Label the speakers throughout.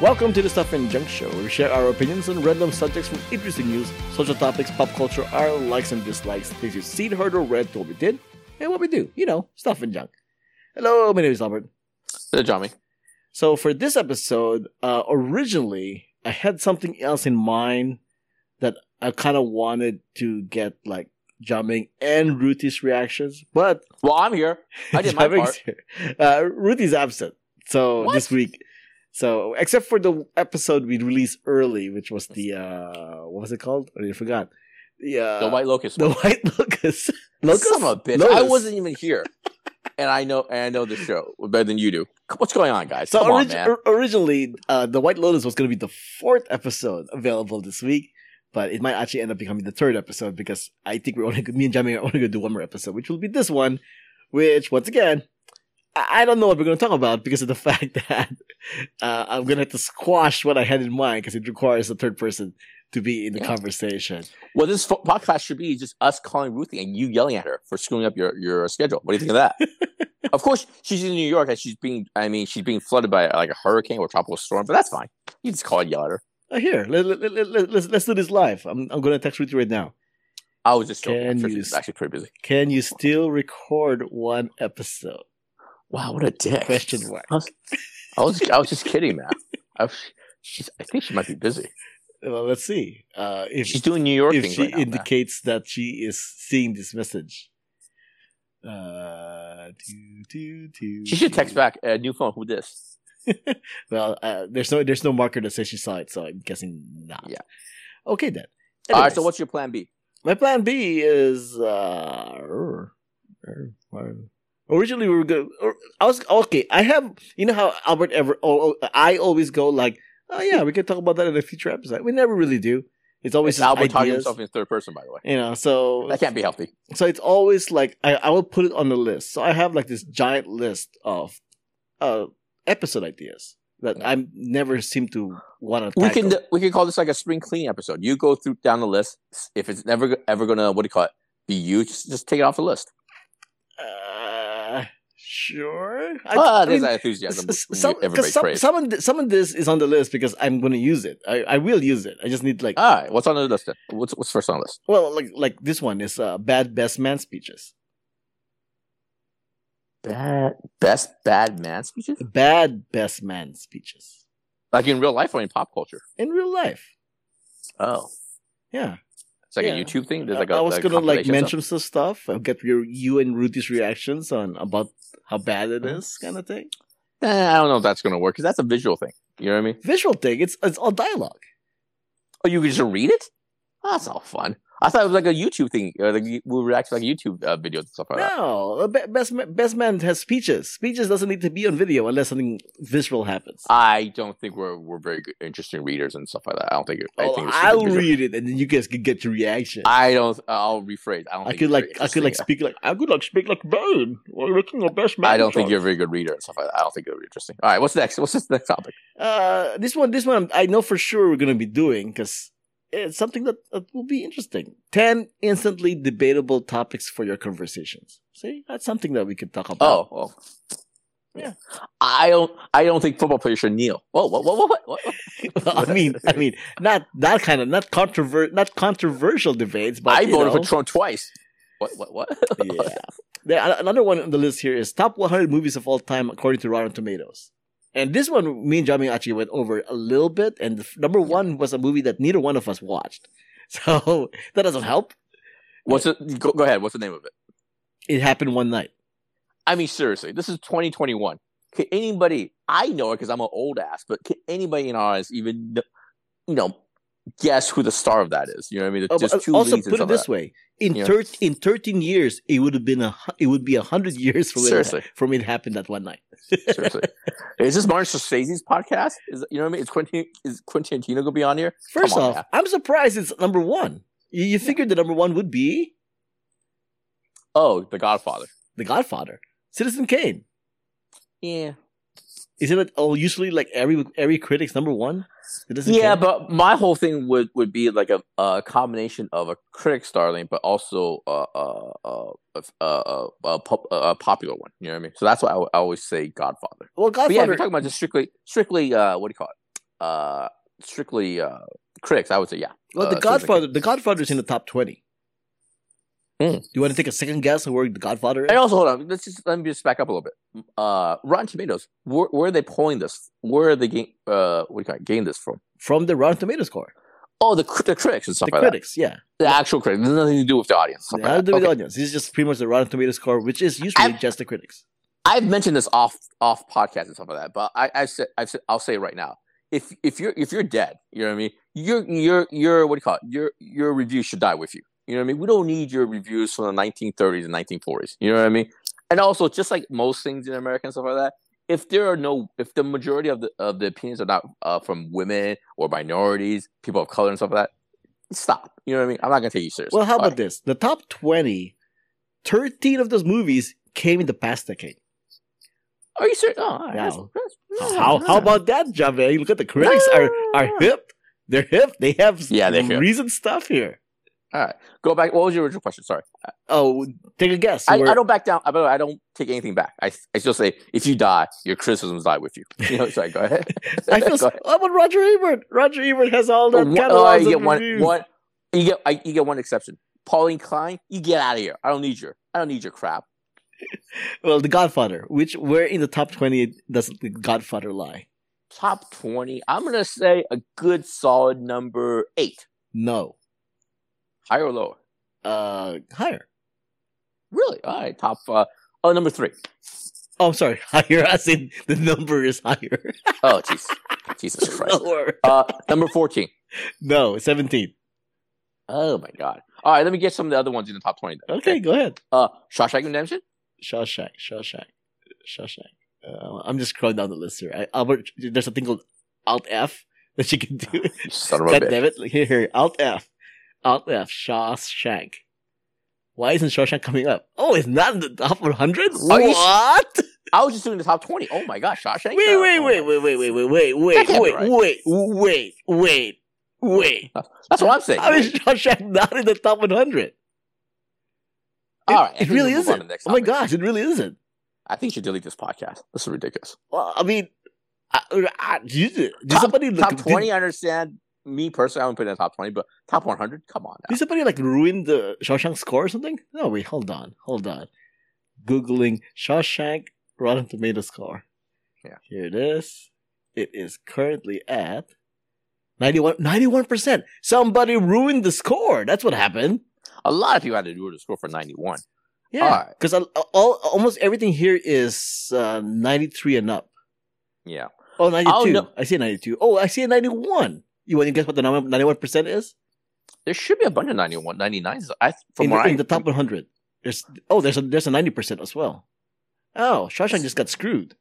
Speaker 1: Welcome to the Stuff and Junk Show, where we share our opinions on random subjects from interesting news, social topics, pop culture, our likes and dislikes, things you've seen, heard, or read, told we did, and what we do. You know, stuff and junk. Hello, my name is Albert.
Speaker 2: Uh, Johnny.
Speaker 1: So for this episode, uh, originally I had something else in mind that I kind of wanted to get like Jaming and Ruti's reactions, but
Speaker 2: Well, I'm here. I did my
Speaker 1: Jaming's
Speaker 2: part.
Speaker 1: here. Uh, Ruti's absent, so
Speaker 2: What?
Speaker 1: this week. So except for the episode we released early, which was the uh, what was it called? I already forgot. The uh,
Speaker 2: the white locust.
Speaker 1: the white locust. locust?
Speaker 2: Son of a bitch.
Speaker 1: Lotus.
Speaker 2: I wasn't even here, and I know and I know the show better than you do. C- What's going on, guys?
Speaker 1: So
Speaker 2: Come on,
Speaker 1: orig-
Speaker 2: man.
Speaker 1: or- originally, uh, the White Lotus was going to be the fourth episode available this week, but it might actually end up becoming the third episode because I think we're only me and Jamie are only going to do one more episode, which will be this one, which once again, I, I don't know what we're going to talk about because of the fact that uh, I'm going to have to squash what I had in mind because it requires a third person to be in the
Speaker 2: Yeah.
Speaker 1: conversation.
Speaker 2: Well, this fo- podcast should be just us calling Ruthie and you yelling at her for screwing up your, your schedule. What do you think of that? of course, she's in New York and she's being I mean she's being flooded by like a hurricane or tropical storm, but that's fine. You just call and yell at her.
Speaker 1: Uh, here, let, let, let, let, let's let's do this live. I'm I'm going to text with you right now.
Speaker 2: I was just joking.
Speaker 1: Can
Speaker 2: I'm sure
Speaker 1: you
Speaker 2: she's
Speaker 1: s-
Speaker 2: actually pretty busy.
Speaker 1: Can you still record one episode?
Speaker 2: Wow, what a dick!
Speaker 1: Question mark.
Speaker 2: I was, I was, I was just kidding, man. I, was, she's, I think she might be busy.
Speaker 1: Well, let's see. Uh, if
Speaker 2: She's doing New York
Speaker 1: if
Speaker 2: things
Speaker 1: she
Speaker 2: right now, man.
Speaker 1: indicates that she is seeing this message. Uh, do, do, do,
Speaker 2: She should
Speaker 1: do.
Speaker 2: text back a new phone. Who this?
Speaker 1: Well, uh, there's no there's no marker that says she saw it, so I'm guessing not.
Speaker 2: Yeah.
Speaker 1: Okay then.
Speaker 2: All right. So
Speaker 1: Anyways,
Speaker 2: what's your plan B?
Speaker 1: my plan B is uh, er, er, er. originally we were going. Or, I was okay. I have you know how Albert ever. Oh, oh, I always go like, oh yeah, we can talk about that in a future episode. We never really do. It's always
Speaker 2: It's
Speaker 1: just
Speaker 2: Albert talking to
Speaker 1: ideas,
Speaker 2: himself in third person, by the way.
Speaker 1: You know, so
Speaker 2: That can't be healthy.
Speaker 1: so it's always like I, I will put it on the list. So I have like this giant list of uh episode ideas that I never seem to want to.
Speaker 2: We can we can call this like a spring cleaning episode. You go through down the list. If it's never ever gonna what do you call it? Be you? Just, just take it off the list.
Speaker 1: uh, sure. I,
Speaker 2: Ah,
Speaker 1: I mean,
Speaker 2: there's that enthusiasm.
Speaker 1: s- s-
Speaker 2: you-
Speaker 1: some, 'cause
Speaker 2: everybody
Speaker 1: some,
Speaker 2: praised.
Speaker 1: some, of th- some of this is on the list because I'm going to use it. I, I will use it. I just need like
Speaker 2: All right. What's on the list? Then? What's what's first on the list?
Speaker 1: well like like this one is uh, bad best man speeches.
Speaker 2: Bad best bad man speeches.
Speaker 1: Bad best man speeches
Speaker 2: Like in real life or in pop culture?
Speaker 1: in real life.
Speaker 2: Oh,
Speaker 1: Yeah.
Speaker 2: it's like
Speaker 1: Yeah.
Speaker 2: a YouTube thing. There's
Speaker 1: I-
Speaker 2: like
Speaker 1: I
Speaker 2: a
Speaker 1: was
Speaker 2: like a
Speaker 1: gonna like
Speaker 2: compilation of
Speaker 1: mention some stuff. I'll get your you and Rudy's reactions on about how bad it
Speaker 2: Mhm.
Speaker 1: is, kind of thing.
Speaker 2: stuff. Eh, I don't know if that's gonna work because that's a visual thing. You know what I mean?
Speaker 1: Visual thing. It's it's all dialogue.
Speaker 2: Oh, you can just read it? Oh, that's all fun. I thought it was like a YouTube thing. uh, Like you- we react to like YouTube uh, videos and stuff like that.
Speaker 1: No, a be- best ma- best man has speeches. Speeches doesn't need to be on video unless something visual happens.
Speaker 2: I don't think we're we're very good, interesting readers and stuff like that. I don't think. It, I
Speaker 1: Oh,
Speaker 2: think it should be
Speaker 1: I'll
Speaker 2: visual.
Speaker 1: read it, and then you guys can get your reaction. I,
Speaker 2: I don't. I'll rephrase. I don't. think
Speaker 1: could
Speaker 2: you're very
Speaker 1: like I could like
Speaker 2: interesting.
Speaker 1: speak like I could like speak like Bane. We're making a best man.
Speaker 2: I don't think
Speaker 1: joke.
Speaker 2: you're a very good reader and stuff like that. I don't think it'll be interesting. All right, what's next? What's this next topic?
Speaker 1: Uh, this one, this one, I know for sure we're gonna be doing because it's something that, that will be interesting. Ten instantly debatable topics for your conversations. See, that's something that we could talk about.
Speaker 2: Oh, well.
Speaker 1: Yeah.
Speaker 2: I don't. I don't think football players should kneel. Whoa, whoa, whoa, whoa, what? what?
Speaker 1: I mean, I mean, not that kind of not controver not controversial debates, but
Speaker 2: I
Speaker 1: you
Speaker 2: voted
Speaker 1: know.
Speaker 2: for Trump twice. What? What? What?
Speaker 1: Yeah. There, another one on the list here is top 100 movies of all time according to Rotten Tomatoes. And this one, me and Jamie actually went over a little bit. And the f- number one was a movie that neither one of us watched, so that doesn't help.
Speaker 2: What's it? Go, go ahead. What's the name of it?
Speaker 1: It happened one night.
Speaker 2: I mean, seriously, this is 2021. Can anybody? I know it because I'm an old ass, but can anybody in ours even, kn- you know, guess who the star of that is? You know what I mean?
Speaker 1: Oh,
Speaker 2: There's
Speaker 1: but
Speaker 2: just two
Speaker 1: also,
Speaker 2: leads and
Speaker 1: put it
Speaker 2: stuff
Speaker 1: this
Speaker 2: like
Speaker 1: way: in
Speaker 2: Yeah.
Speaker 1: thir- in thirteen years, it would have been a hu- it would be a hundred years
Speaker 2: that.
Speaker 1: from it,
Speaker 2: seriously,
Speaker 1: from it happened that one night.
Speaker 2: seriously, is this Martin Scorsese's podcast? Is you know what I mean? Is Quentin is Quentin Tarantino gonna be on here?
Speaker 1: First
Speaker 2: on,
Speaker 1: off,
Speaker 2: man.
Speaker 1: I'm surprised it's number one. You, you figured the number one would be
Speaker 2: Oh, The Godfather.
Speaker 1: The Godfather, Citizen Kane.
Speaker 2: Yeah,
Speaker 1: Isn't it all usually like every every critic's number one? Citizen
Speaker 2: yeah,
Speaker 1: Kane?
Speaker 2: but my whole thing would would be like a, a combination of a critic starling, but also a a a, a, a, a, pop, a popular one. You know what I mean? So that's why I, would- I always say Godfather.
Speaker 1: well,
Speaker 2: But yeah, if you're
Speaker 1: Godfather.
Speaker 2: talking about just strictly, strictly, uh, what do you call it? uh, strictly uh, critics, I would say yeah.
Speaker 1: Well, The
Speaker 2: Uh, so it's like-
Speaker 1: Godfather, The Godfather's in the top twenty.
Speaker 2: Hmm.
Speaker 1: Do you want to take a second guess at where The Godfather is?
Speaker 2: And also, hold on. Let's just let me just back up a little bit. Uh, Rotten Tomatoes. Where, where are they pulling this? Where are they getting? Uh, what do you call it, getting this from?
Speaker 1: From the Rotten Tomato score,
Speaker 2: Oh, the cri- the critics and stuff
Speaker 1: the
Speaker 2: like
Speaker 1: critics, yeah,
Speaker 2: that. The actual critics. There's nothing to do with the audience. stuff
Speaker 1: yeah.
Speaker 2: like
Speaker 1: How
Speaker 2: that.
Speaker 1: to do with the
Speaker 2: Okay.
Speaker 1: audience. This is just pretty much the Rotten Tomato score, which is usually
Speaker 2: I-
Speaker 1: just the critics.
Speaker 2: I've mentioned this off off podcast and stuff like that, but I, I've said I've said I'll say it right now. If if you're if you're dead, you know what I mean. Your your your what do you call it? Your your review should die with you. You know what I mean. We don't need your reviews from the 1930s and 1940s. You know what I mean. And also, just like most things in America and stuff like that, if there are no if the majority of the of the opinions are not uh, from women or minorities, people of color and stuff like that, stop. You know what I mean. I'm not gonna take you seriously.
Speaker 1: Well, how
Speaker 2: Bye.
Speaker 1: about this? The top 20, 13 of those movies came in the past decade.
Speaker 2: Are you serious? Oh, that's-
Speaker 1: Wow.
Speaker 2: that's-
Speaker 1: How how about that, Javé? Look at the critics are are hip. They're hip. They have
Speaker 2: Yeah, they're hip.
Speaker 1: reasoned stuff here.
Speaker 2: go back? What was your original question? Sorry.
Speaker 1: Oh, take a guess.
Speaker 2: I,
Speaker 1: We're-
Speaker 2: I don't back down. I, by the way, I don't take anything back. I, I still say, if you die, your criticisms die with you. You know, sorry, go ahead.
Speaker 1: I feel.
Speaker 2: Go
Speaker 1: So, how about Roger Ebert? Roger Ebert has all that
Speaker 2: One-
Speaker 1: catalogs
Speaker 2: oh, you
Speaker 1: of
Speaker 2: get one,
Speaker 1: reviews.
Speaker 2: one, you get, I, you get one exception. Pauline Klein, you get out of here. I don't need your, I don't need your crap.
Speaker 1: Well, The Godfather, which were in the top twenty, doesn't The Godfather lie?
Speaker 2: Top twenty. I'm gonna say a good, solid number eight,
Speaker 1: No,
Speaker 2: higher or lower.
Speaker 1: uh, higher.
Speaker 2: Really? All right. Top. Uh, oh, number three.
Speaker 1: Oh, I'm sorry, higher. I said the number is higher.
Speaker 2: Oh, jeez. Jesus Christ.
Speaker 1: Lower.
Speaker 2: Uh, number fourteen.
Speaker 1: No, seventeen.
Speaker 2: Oh my God. All right. Let me get some of the other ones in the top twenty. Then.
Speaker 1: Okay, go ahead.
Speaker 2: Uh, Shawshank Redemption.
Speaker 1: Shawshank, Shawshank, Shawshank. Uh, I'm just scrolling down the list here. I, Albert, there's a thing called Alt F that you can do.
Speaker 2: You son of a
Speaker 1: God
Speaker 2: bitch.
Speaker 1: damn it! Like, Here, here, Alt F, Alt F, Shawshank. Why isn't Shawshank coming up? Oh, it's not in the top 100.
Speaker 2: Are you-
Speaker 1: What?
Speaker 2: I was just doing the top 20. Oh my gosh, Shawshank.
Speaker 1: Wait, wait, wait, wait, wait, wait, wait, wait,
Speaker 2: That
Speaker 1: wait,
Speaker 2: can't be
Speaker 1: wait,
Speaker 2: right.
Speaker 1: wait, wait, wait, wait.
Speaker 2: That's what I'm saying.
Speaker 1: How is Shawshank not in the top 100?
Speaker 2: All right. I
Speaker 1: it
Speaker 2: think
Speaker 1: really
Speaker 2: we'll move on
Speaker 1: isn't.
Speaker 2: to the next
Speaker 1: Oh my
Speaker 2: topic.
Speaker 1: gosh, it really isn't.
Speaker 2: I think you should delete this podcast. This is ridiculous.
Speaker 1: Well, I mean, I, I, did, did
Speaker 2: Top-
Speaker 1: somebody look,
Speaker 2: top
Speaker 1: did-
Speaker 2: 20, I understand. Me personally, I wouldn't put it in the top 20, but top 100, come on now.
Speaker 1: Did somebody like ruin the Shawshank score or something? No, wait, hold on, hold on. Googling Shawshank Rotten Tomato score.
Speaker 2: Yeah.
Speaker 1: Here it is. It is currently at 91, 91%. Somebody ruined the score. That's what happened.
Speaker 2: A lot of people had to do it to score for 91.
Speaker 1: Yeah.
Speaker 2: Alright.
Speaker 1: Because all, almost everything here is uh, 93 and up.
Speaker 2: Yeah.
Speaker 1: Oh, 92.
Speaker 2: Oh, no.
Speaker 1: I see a 92. Oh, I see a 91. You want to guess what the 91% is?
Speaker 2: There should be a bunch of 91, 99s. I, from
Speaker 1: in,
Speaker 2: where
Speaker 1: the,
Speaker 2: I,
Speaker 1: in the top 100. There's oh, there's a there's a 90% as well. Oh, Shawshank just got screwed.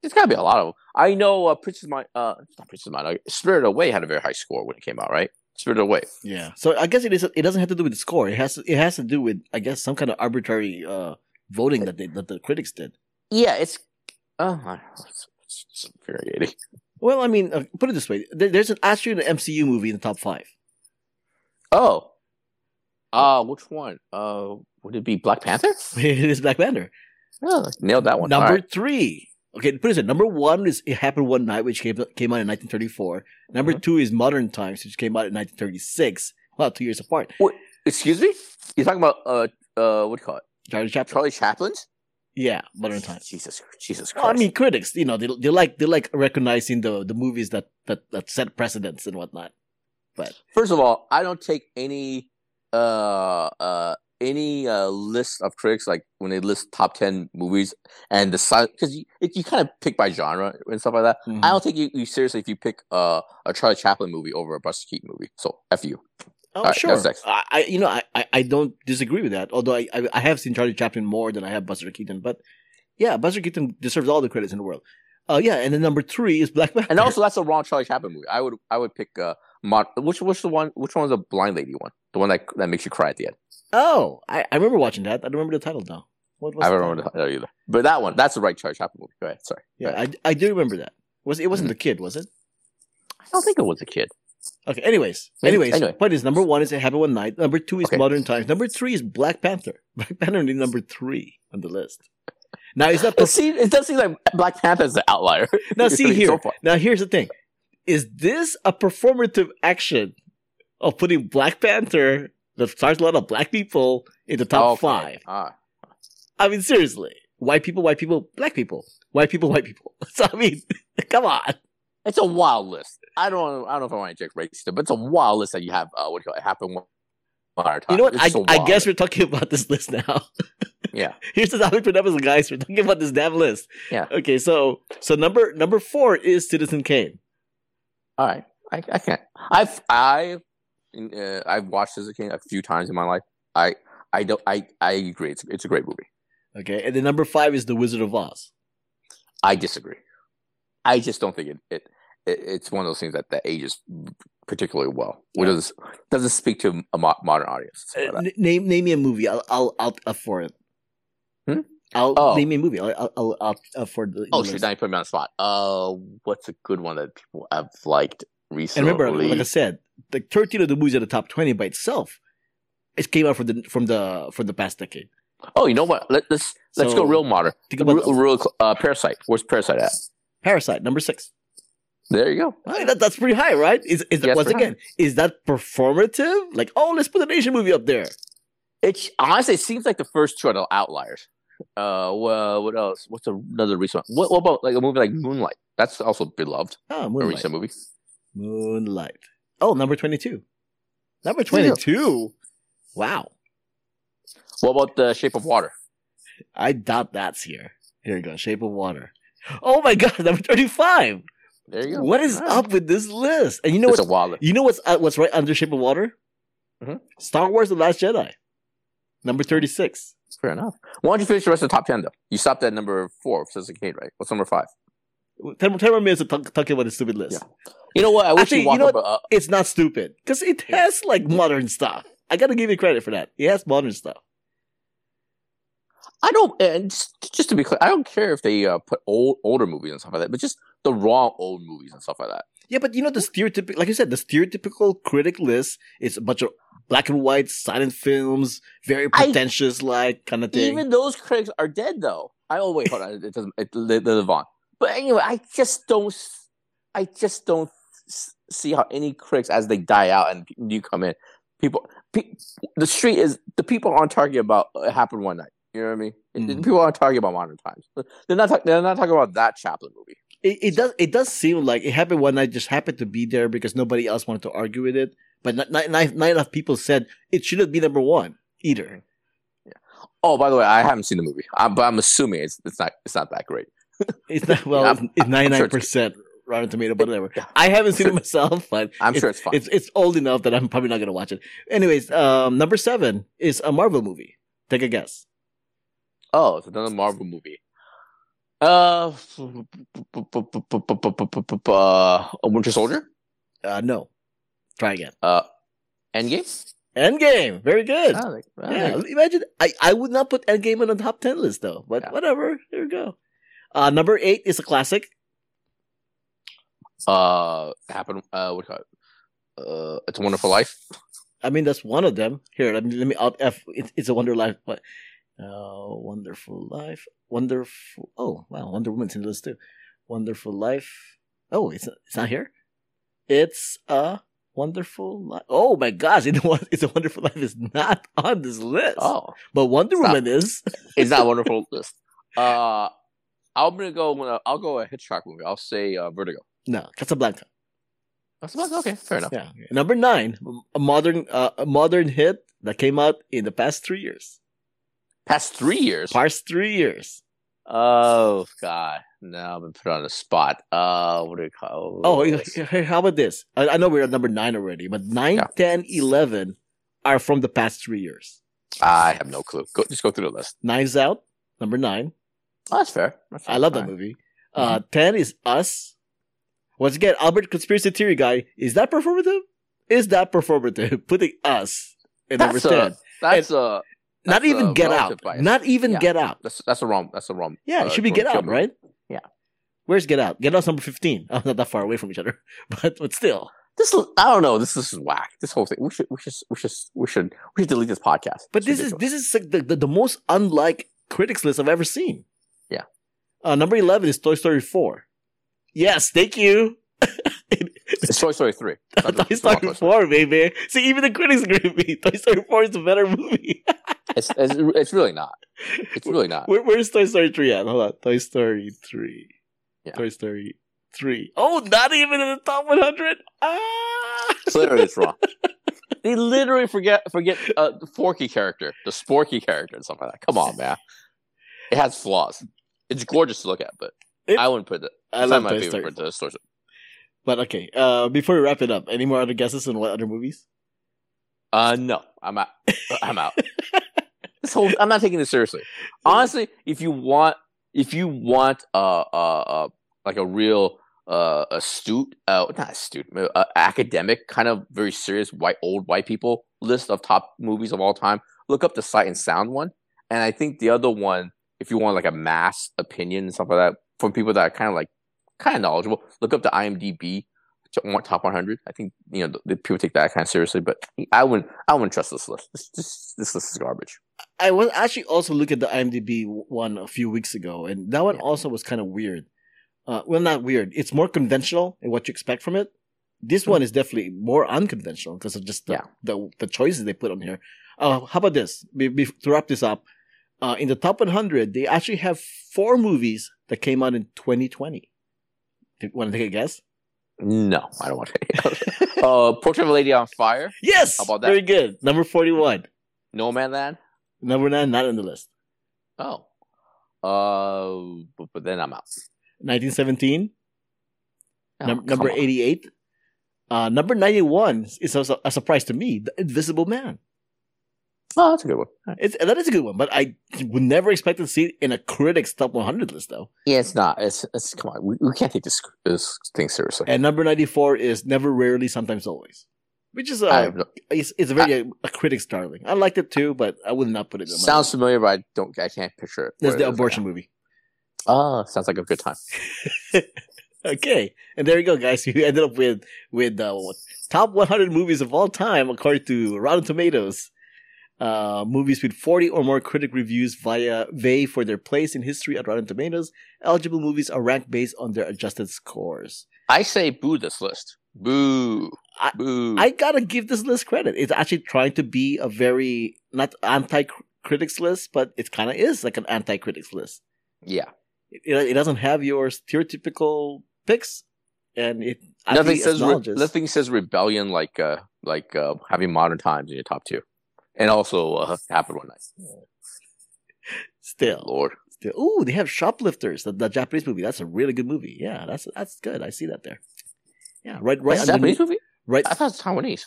Speaker 2: There's got to be a lot of them. I know uh, Princess Mine, uh, not Princess Mine, Spirit Away had a very high score when it came out, right? Spirit Away.
Speaker 1: Yeah. So I guess it is. It doesn't have to do with the score. It has it has to do with I guess some kind of arbitrary uh, voting that they that the critics did.
Speaker 2: Yeah, it's, uh, I don't know. it's, it's, it's infuriating.
Speaker 1: Well, I mean, uh, put it this way: there, there's an actually an MCU movie in the top five.
Speaker 2: Oh. Uh, which one? Uh, would it be Black Panther?
Speaker 1: it is Black Panther.
Speaker 2: Oh, nailed that one.
Speaker 1: Number
Speaker 2: All right.
Speaker 1: three. Okay, put it this way: number one is It Happened One Night, which came came out in 1934.
Speaker 2: Mm-hmm.
Speaker 1: Number two is Modern Times, which came out in 1936. Wow, two years apart.
Speaker 2: Excuse me? You're talking about, uh, uh, what do you call it?
Speaker 1: Charlie Chaplin.
Speaker 2: Charlie Chaplin's?
Speaker 1: Yeah, Modern Times.
Speaker 2: Jesus, Jesus Christ.
Speaker 1: Well, I mean, critics, you know, they, they like they like recognizing the the movies that that, that set precedents and whatnot.
Speaker 2: First of all, I don't take any, uh, uh, any uh, list of critics like when they list top ten movies and the silent because you, it- you kind of pick by genre and stuff like that.
Speaker 1: Mm-hmm.
Speaker 2: I don't think you, you seriously if you pick uh, a Charlie Chaplin movie over a Buster Keaton movie. So f you.
Speaker 1: oh,
Speaker 2: Alright,
Speaker 1: sure.
Speaker 2: that's next.
Speaker 1: I, I you know I, I I don't disagree with that. Although I, I I have seen Charlie Chaplin more than I have Buster Keaton, but yeah, Buster Keaton deserves all the credits in the world. Uh, yeah, and then number three is Black Panther.
Speaker 2: And also, that's a wrong Charlie Chaplin movie. I would I would pick uh, mod- which which the one which one's a blind lady one? The one that that makes you cry at the end.
Speaker 1: oh, I, I remember watching that. I don't remember the title now. What was
Speaker 2: I
Speaker 1: the
Speaker 2: don't remember
Speaker 1: title?
Speaker 2: that either. But that one, that's the right Charlie Chaplin movie. Go ahead. Sorry.
Speaker 1: Yeah, I, I do remember that. Was it
Speaker 2: Mm-hmm.
Speaker 1: wasn't the kid, was it?
Speaker 2: I don't think it was a kid.
Speaker 1: Okay. Anyways,
Speaker 2: Maybe-
Speaker 1: anyways,
Speaker 2: anyway.
Speaker 1: point is number one is It Happened One Night. Number two is
Speaker 2: Okay.
Speaker 1: Modern Times. Number three is Black Panther. Black Panther is number three on the list. Now is that
Speaker 2: It seems it does seem like Black Panther is the outlier.
Speaker 1: now? See
Speaker 2: So
Speaker 1: here.
Speaker 2: far.
Speaker 1: Now here's the thing. is this a performative action of putting Black Panther that stars a lot of black people in the top
Speaker 2: Okay.
Speaker 1: five?
Speaker 2: Ah.
Speaker 1: I mean, seriously, white people, white people, black people, white people, white people. So I mean, come on.
Speaker 2: it's a wild list. I don't. I don't know if I want to check race, but it's a wild list that you have. Uh, what do you call it? Happen one. one at a
Speaker 1: You
Speaker 2: time.
Speaker 1: know what?
Speaker 2: It's
Speaker 1: I,
Speaker 2: so
Speaker 1: I
Speaker 2: wild.
Speaker 1: guess we're talking about this list now.
Speaker 2: Yeah.
Speaker 1: Here's the topic for episode, guys. We're talking about this damn list.
Speaker 2: Yeah.
Speaker 1: Okay, so so number number four is Citizen Kane.
Speaker 2: All right. I, I can't. I've I uh, I've watched this again a few times in my life. I I don't. I I agree. It's it's a great movie.
Speaker 1: Okay, and then number five is The Wizard of Oz.
Speaker 2: I disagree. I just don't think it. it, it it's one of those things that that ages particularly well. Which does doesn't speak to a mo- modern audience. Sorry
Speaker 1: Uh,
Speaker 2: about that.
Speaker 1: n- name name me a movie. I'll I'll, I'll up for it.
Speaker 2: Hmm?
Speaker 1: I'll
Speaker 2: Oh.
Speaker 1: name me a movie. I'll I'll, I'll up, up for the.
Speaker 2: Oh
Speaker 1: the
Speaker 2: shit!
Speaker 1: list.
Speaker 2: Now you put me on the spot. Uh, what's a good one that people have liked
Speaker 1: And
Speaker 2: recently?
Speaker 1: remember, like I said, the thirteen of the movies at the top twenty by itself, it came out from the from the from the past decade.
Speaker 2: oh, you know what? Let, let's let's
Speaker 1: So-
Speaker 2: go real modern.
Speaker 1: Think about
Speaker 2: Real,
Speaker 1: the-
Speaker 2: real cl- uh, Parasite. Where's Parasite at?
Speaker 1: Parasite number six.
Speaker 2: There you go.
Speaker 1: I mean, that, that's pretty high, right? Is is
Speaker 2: Yeah, it's
Speaker 1: once
Speaker 2: pretty
Speaker 1: again, is that performative? Like, oh, let's put an Asian movie up there.
Speaker 2: It's honestly, it seems like the first two are the outliers. Uh, well, what else? What's another recent one? What, what about like a movie like Moonlight? That's also beloved.
Speaker 1: Oh,
Speaker 2: A
Speaker 1: Moonlight.
Speaker 2: recent movie.
Speaker 1: Moonlight. Oh, number twenty-two. Number
Speaker 2: There you go.
Speaker 1: twenty-two. Wow,
Speaker 2: What about The Shape of Water?
Speaker 1: I doubt that's here. Here you go, Shape of Water. Oh my God, number thirty-five.
Speaker 2: There you go.
Speaker 1: What is
Speaker 2: All right.
Speaker 1: up with this list? And you know
Speaker 2: It's
Speaker 1: what?
Speaker 2: a wild.
Speaker 1: You know what's uh, what's right under Shape of Water?
Speaker 2: Mhm.
Speaker 1: Star Wars: The Last Jedi, number thirty-six.
Speaker 2: Fair enough. Why don't you finish the rest of the top ten though? You stopped at number four, says the kid, right? What's number five?
Speaker 1: Ten, more- ten more minutes of talk, talking about this stupid list.
Speaker 2: You know what? I wish
Speaker 1: Actually,
Speaker 2: you walked
Speaker 1: you know
Speaker 2: up. uh,
Speaker 1: It's not stupid because it has like modern stuff. I gotta give you credit for that. It has modern stuff.
Speaker 2: I don't. And just, just to be clear, I don't care if they uh, put old older movies and stuff like that, but just the wrong old movies and stuff like that.
Speaker 1: Yeah, but you know the stereotypical, like you said, the stereotypical critic list is a bunch of black and white silent films, very
Speaker 2: I-
Speaker 1: pretentious, like kind of thing.
Speaker 2: Even those critics are dead though. I oh wait, hold on. It doesn't. It, they, they live on. But anyway, I just don't. s- I just don't s- see how any critics as they die out and new come in. People, pe- the street is the people aren't talking about uh, it happened one night. You know what I mean? It- it-
Speaker 1: Mhm.
Speaker 2: People aren't talking about modern times. They're not. Talk, they're not talking about that Chaplin movie.
Speaker 1: it, it does it does seem like it happened one night just happened to be there because nobody else wanted to argue with it but not, not, not, not enough people said it shouldn't be number one either
Speaker 2: Oh, by the way, I haven't seen the movie, I, but I'm assuming it's it's not it's not that great.
Speaker 1: it's not well
Speaker 2: Yeah,
Speaker 1: it's, it's
Speaker 2: sure
Speaker 1: 99%
Speaker 2: it's-
Speaker 1: rotten tomato but whatever
Speaker 2: Yeah.
Speaker 1: i haven't seen it
Speaker 2: Sure.
Speaker 1: myself but
Speaker 2: I'm
Speaker 1: it's,
Speaker 2: sure it's fine.
Speaker 1: it's it's old enough that i'm probably not gonna watch it anyways um number seven is a marvel movie take a guess
Speaker 2: oh, it's another Marvel movie. Uh, uh, Winter Soldier,
Speaker 1: uh no try again
Speaker 2: uh, Endgame.
Speaker 1: endgame very good
Speaker 2: Ah, like- ah,
Speaker 1: Yeah,
Speaker 2: there you
Speaker 1: imagine. I, I would not put Endgame on the top 10 list, though, but
Speaker 2: Yeah.
Speaker 1: whatever. There we go. Uh, number eight is a classic.
Speaker 2: go. Uh, happened. Uh, what do you call it? Uh, It's a Wonderful Life.
Speaker 1: I mean, that's one of them. Here, let me, let me out F. It, it's a Wonder Life, but. Uh, Wonderful Life. Wonderful. Oh, wow. Wonder Woman's in the list, too. Wonderful Life. Oh, it's, it's not here? It's a Wonderful Life. Oh, my gosh. It was, it's a Wonderful Life is not on this list.
Speaker 2: Oh,
Speaker 1: but Wonder
Speaker 2: Stop.
Speaker 1: Woman is.
Speaker 2: it's not a Wonderful list. Uh, I'm gonna go. uh, I'll go a Hitchcock movie. I'll say uh, Vertigo.
Speaker 1: No, Casablanca.
Speaker 2: That's about- okay. Fair enough.
Speaker 1: Yeah. Number nine, a modern uh, a modern hit that came out in the past three years.
Speaker 2: Past three years.
Speaker 1: Past three years.
Speaker 2: Oh God! Now I've been put on the spot. Uh, what do you call?
Speaker 1: Oh, yeah, yeah, how about this? I, I know we're at number nine already, but nine,
Speaker 2: Yeah.
Speaker 1: ten, eleven are from the past three years.
Speaker 2: I have no clue. Go, just go through the list.
Speaker 1: Nine's Out, number nine.
Speaker 2: Oh, that's fair. That's
Speaker 1: I love that
Speaker 2: fine.
Speaker 1: movie.
Speaker 2: Mm-hmm.
Speaker 1: Uh, ten is Us. Once again, Albert Conspiracy Theory guy, is that performative? Is that performative? Putting us at number
Speaker 2: That's
Speaker 1: ten.
Speaker 2: a, that's a
Speaker 1: Not
Speaker 2: that's
Speaker 1: even
Speaker 2: a
Speaker 1: Get
Speaker 2: relative
Speaker 1: Out.
Speaker 2: bias.
Speaker 1: Not even
Speaker 2: Yeah.
Speaker 1: Get Out.
Speaker 2: that's that's a wrong. That's a wrong.
Speaker 1: Yeah,
Speaker 2: uh,
Speaker 1: it should be
Speaker 2: Jordan
Speaker 1: Get
Speaker 2: Peele
Speaker 1: Out,
Speaker 2: movie.
Speaker 1: right?
Speaker 2: Yeah.
Speaker 1: Where's Get Out? Get Out's number 15. I'm not that far away from each other, but, but still.
Speaker 2: This l- I don't know. This this is whack. This whole thing. We should we should we should we should we should delete this podcast.
Speaker 1: But
Speaker 2: It's
Speaker 1: this is
Speaker 2: ridiculous.
Speaker 1: this is like the, the, the most unlike critics list I've ever seen.
Speaker 2: Yeah.
Speaker 1: Uh, number 11 is Toy Story 4. Yes, thank you.
Speaker 2: It's Toy Story three. Not the-
Speaker 1: Toy
Speaker 2: not Toy
Speaker 1: Story 4, baby. See, even the critics agree with me. Toy Story 4 is a better movie.
Speaker 2: It's, it's it's really not. It's really not.
Speaker 1: Where, where's Toy Story 3 at? Hold on. Toy Story 3.
Speaker 2: Yeah.
Speaker 1: Toy Story 3. Oh, not even in the top 100? Ah!
Speaker 2: Clearly, it's wrong. They literally forget forget uh, the Forky character, the Sporky character, and stuff like that. Come on, man. It has flaws. It's gorgeous to look at, but
Speaker 1: It-
Speaker 2: I wouldn't put it.
Speaker 1: I
Speaker 2: It's
Speaker 1: love
Speaker 2: not my
Speaker 1: Toy
Speaker 2: favorite
Speaker 1: Story.
Speaker 2: for the Toy Story.
Speaker 1: But okay, uh, before we wrap it up, any more other guesses on what other movies?
Speaker 2: Uh, no, I'm out. I'm out. this whole, I'm not taking this seriously. Honestly, if you want, if you want, uh, uh, uh like a real, uh, astute, uh, not astute, uh, academic kind of very serious white old white people list of top movies of all time, look up the Sight and Sound one, and I think the other one, if you want like a mass opinion and stuff like that from people that are kind of like kind of knowledgeable, look up the IMDb to- top 100. I think you know the, the people take that kind of seriously, but I wouldn't. I wouldn't trust this list. This this, this list is garbage.
Speaker 1: I was actually also looked at the IMDb one a few weeks ago, and that one
Speaker 2: Yeah.
Speaker 1: also was kind of weird. Uh, well, not weird. It's more conventional in what you expect from it. This one is definitely more unconventional because of just the,
Speaker 2: Yeah.
Speaker 1: the the choices they put on here. Uh, how about this? Be, be, to wrap this up, uh, in the top 100, they actually have four movies that came out in 2020. Want to take a guess?
Speaker 2: No, I don't want to. uh, Portrait of a Lady on Fire,
Speaker 1: Yes.
Speaker 2: How about that?
Speaker 1: Very good. Number 41.
Speaker 2: No Man Land.
Speaker 1: Number nine, not on the list.
Speaker 2: Oh, uh, but, but then I'm out.
Speaker 1: 1917.
Speaker 2: Oh,
Speaker 1: Num-
Speaker 2: come
Speaker 1: number
Speaker 2: on.
Speaker 1: 88. Uh, number 91 is also a surprise to me, The Invisible Man.
Speaker 2: Oh, that's a good one.
Speaker 1: It's, that is a good one, but I would never expect to see it in a critic's top 100 list, though.
Speaker 2: Yeah, it's not. It's it's come on. We, we can't take this this thing seriously.
Speaker 1: And number 94 is Never Rarely, Sometimes Always, which is
Speaker 2: I
Speaker 1: a,
Speaker 2: have no-
Speaker 1: it's, it's a very a, critic's darling. I liked it too, but I would not put it in my
Speaker 2: sounds familiar, but I don't. I can't picture it.
Speaker 1: That's
Speaker 2: Where
Speaker 1: the
Speaker 2: it is.
Speaker 1: abortion movie.
Speaker 2: Oh, sounds like a good time.
Speaker 1: Okay, and there you go, guys. You ended up with with uh, what- top 100 movies of all time according to Rotten Tomatoes. Uh, movies with 40 or more critic reviews via they for their place in history at Rotten Tomatoes. Eligible movies are ranked based on their adjusted scores.
Speaker 2: I say boo this list. Boo. boo.
Speaker 1: I gotta give this list credit. It's actually trying to be a very not anti critics list, but it kind of is like an anti critics list.
Speaker 2: yeah.
Speaker 1: It, it doesn't have your stereotypical picks, and it at
Speaker 2: nothing
Speaker 1: least
Speaker 2: says re-
Speaker 1: acknowledges-
Speaker 2: nothing says rebellion like uh like uh having modern times in your top two, and also uh, happened one night.
Speaker 1: still.
Speaker 2: Lord,
Speaker 1: The, ooh, they have shoplifters. The, the Japanese movie. That's a really good movie. Yeah, that's that's good. I see that there. Yeah, right, right,
Speaker 2: That's a Japanese
Speaker 1: underneath,
Speaker 2: movie?
Speaker 1: right.
Speaker 2: I thought it's Taiwanese.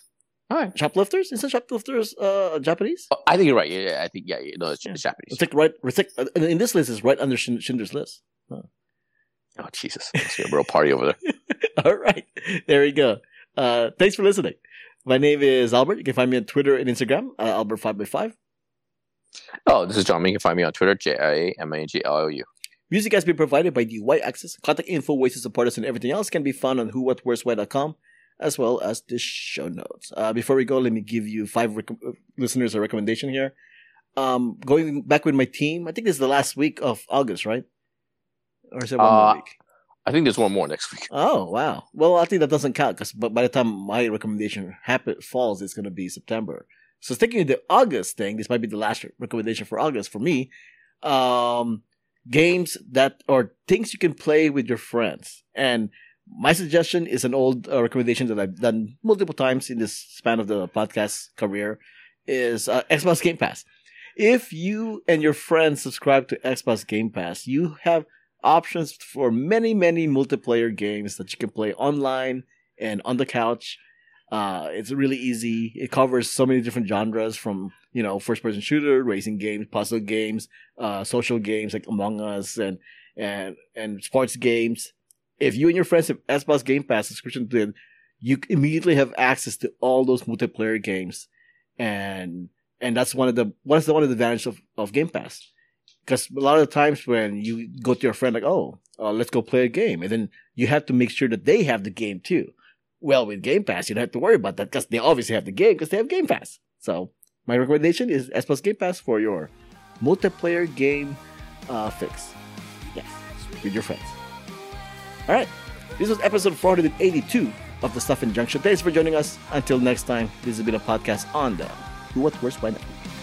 Speaker 2: All right,
Speaker 1: Shoplifters? Isn't shoplifters uh, Japanese?
Speaker 2: Oh, I think you're right. Yeah, yeah I think yeah, yeah no, it's,
Speaker 1: Yeah.
Speaker 2: it's Japanese.
Speaker 1: It's like right. It's like, uh, in this list is right under Schind- Schindler's List.
Speaker 2: oh Jesus, it's a real party over there.
Speaker 1: All right, there we go. Uh, thanks for listening. My name is Albert. You can find me on Twitter and Instagram, uh, Albert five by five.
Speaker 2: Oh, this is John. You can find me on Twitter, J I A M I N G L O U.
Speaker 1: Music has been provided by the White Axis. Contact info, ways to support us, and everything else can be found on whowhatwhereswhy.com, as well as the show notes. Uh, before we go, let me give you five rec- uh, listeners a recommendation here. Um, going back with my team, I think this is the last week of August, right? Or is it one more
Speaker 2: Uh,
Speaker 1: week?
Speaker 2: I think there's one more next week.
Speaker 1: Oh wow! Well, I think that doesn't count because but by the time my recommendation happen falls, it's gonna be September. So sticking with the August thing, this might be the last recommendation for August for me. Um, games that or things you can play with your friends, and my suggestion is an old uh, recommendation that I've done multiple times in this span of the podcast career is uh, Xbox Game Pass. If you and your friends subscribe to Xbox Game Pass, you have options for many, many multiplayer games that you can play online and on the couch. Uh, it's really easy. It covers so many different genres from, you know, first person shooter, racing games, puzzle games, uh, social games like Among Us and, and, and sports games. If you and your friends have Xbox Game Pass subscription, then you immediately have access to all those multiplayer games. And, and that's one of the, what's the one of the advantages of, of Game Pass because a lot of times when you go to your friend like oh uh, let's go play a game and then you have to make sure that they have the game too well with game pass you don't have to worry about that because they obviously have the game because they have game pass so my recommendation is s plus game pass for your multiplayer game uh, fix yes with your friends all right This was episode 482 of the Stuff in Junction. Thanks for joining us. Until next time, this has been a podcast on the Do What's Worse by Network.